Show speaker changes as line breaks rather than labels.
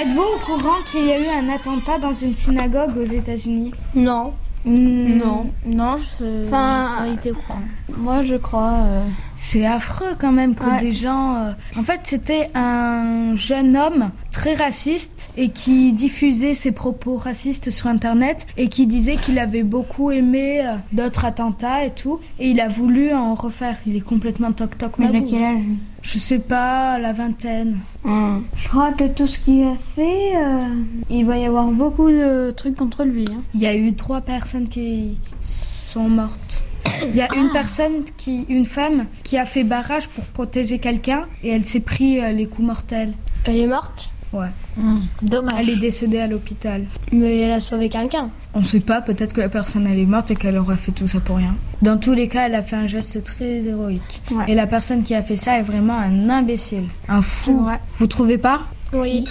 Êtes-vous au courant qu'il y a eu un attentat dans une synagogue aux États-Unis
Non.
Mm.
Non.
Non, je.
Enfin,
on Ah, était au courant.
Moi, je crois. euh,
C'est affreux quand même que
Ouais.
des gens. euh, En fait, c'était un jeune homme très raciste et qui diffusait ses propos racistes sur internet et qui disait qu'il avait beaucoup aimé euh, d'autres attentats et tout. Et il a voulu en refaire. Il est complètement toc-toc.
Mais il a
mabou.
quel âge
Je sais pas, la vingtaine.
Mm. Je crois que tout ce qu'il a fait, euh, il va y avoir beaucoup de trucs contre lui. hein.
Il y a eu trois personnes qui sont mortes. Il y a une personne qui, une femme, qui a fait barrage pour protéger quelqu'un et elle s'est pris euh, les coups mortels.
Elle est morte, Mm.
Ah.
Elle est décédée à l'hôpital.
mais elle a sauvé quelqu'un.
On sait pas, peut-être que la personne elle est morte et qu'elle aura fait tout ça pour rien. Dans tous les cas, elle a fait un geste très héroïque.
Ouais.
Et la personne qui a fait ça est vraiment un imbécile, un fou.
Ouais.
Vous trouvez pas
Oui.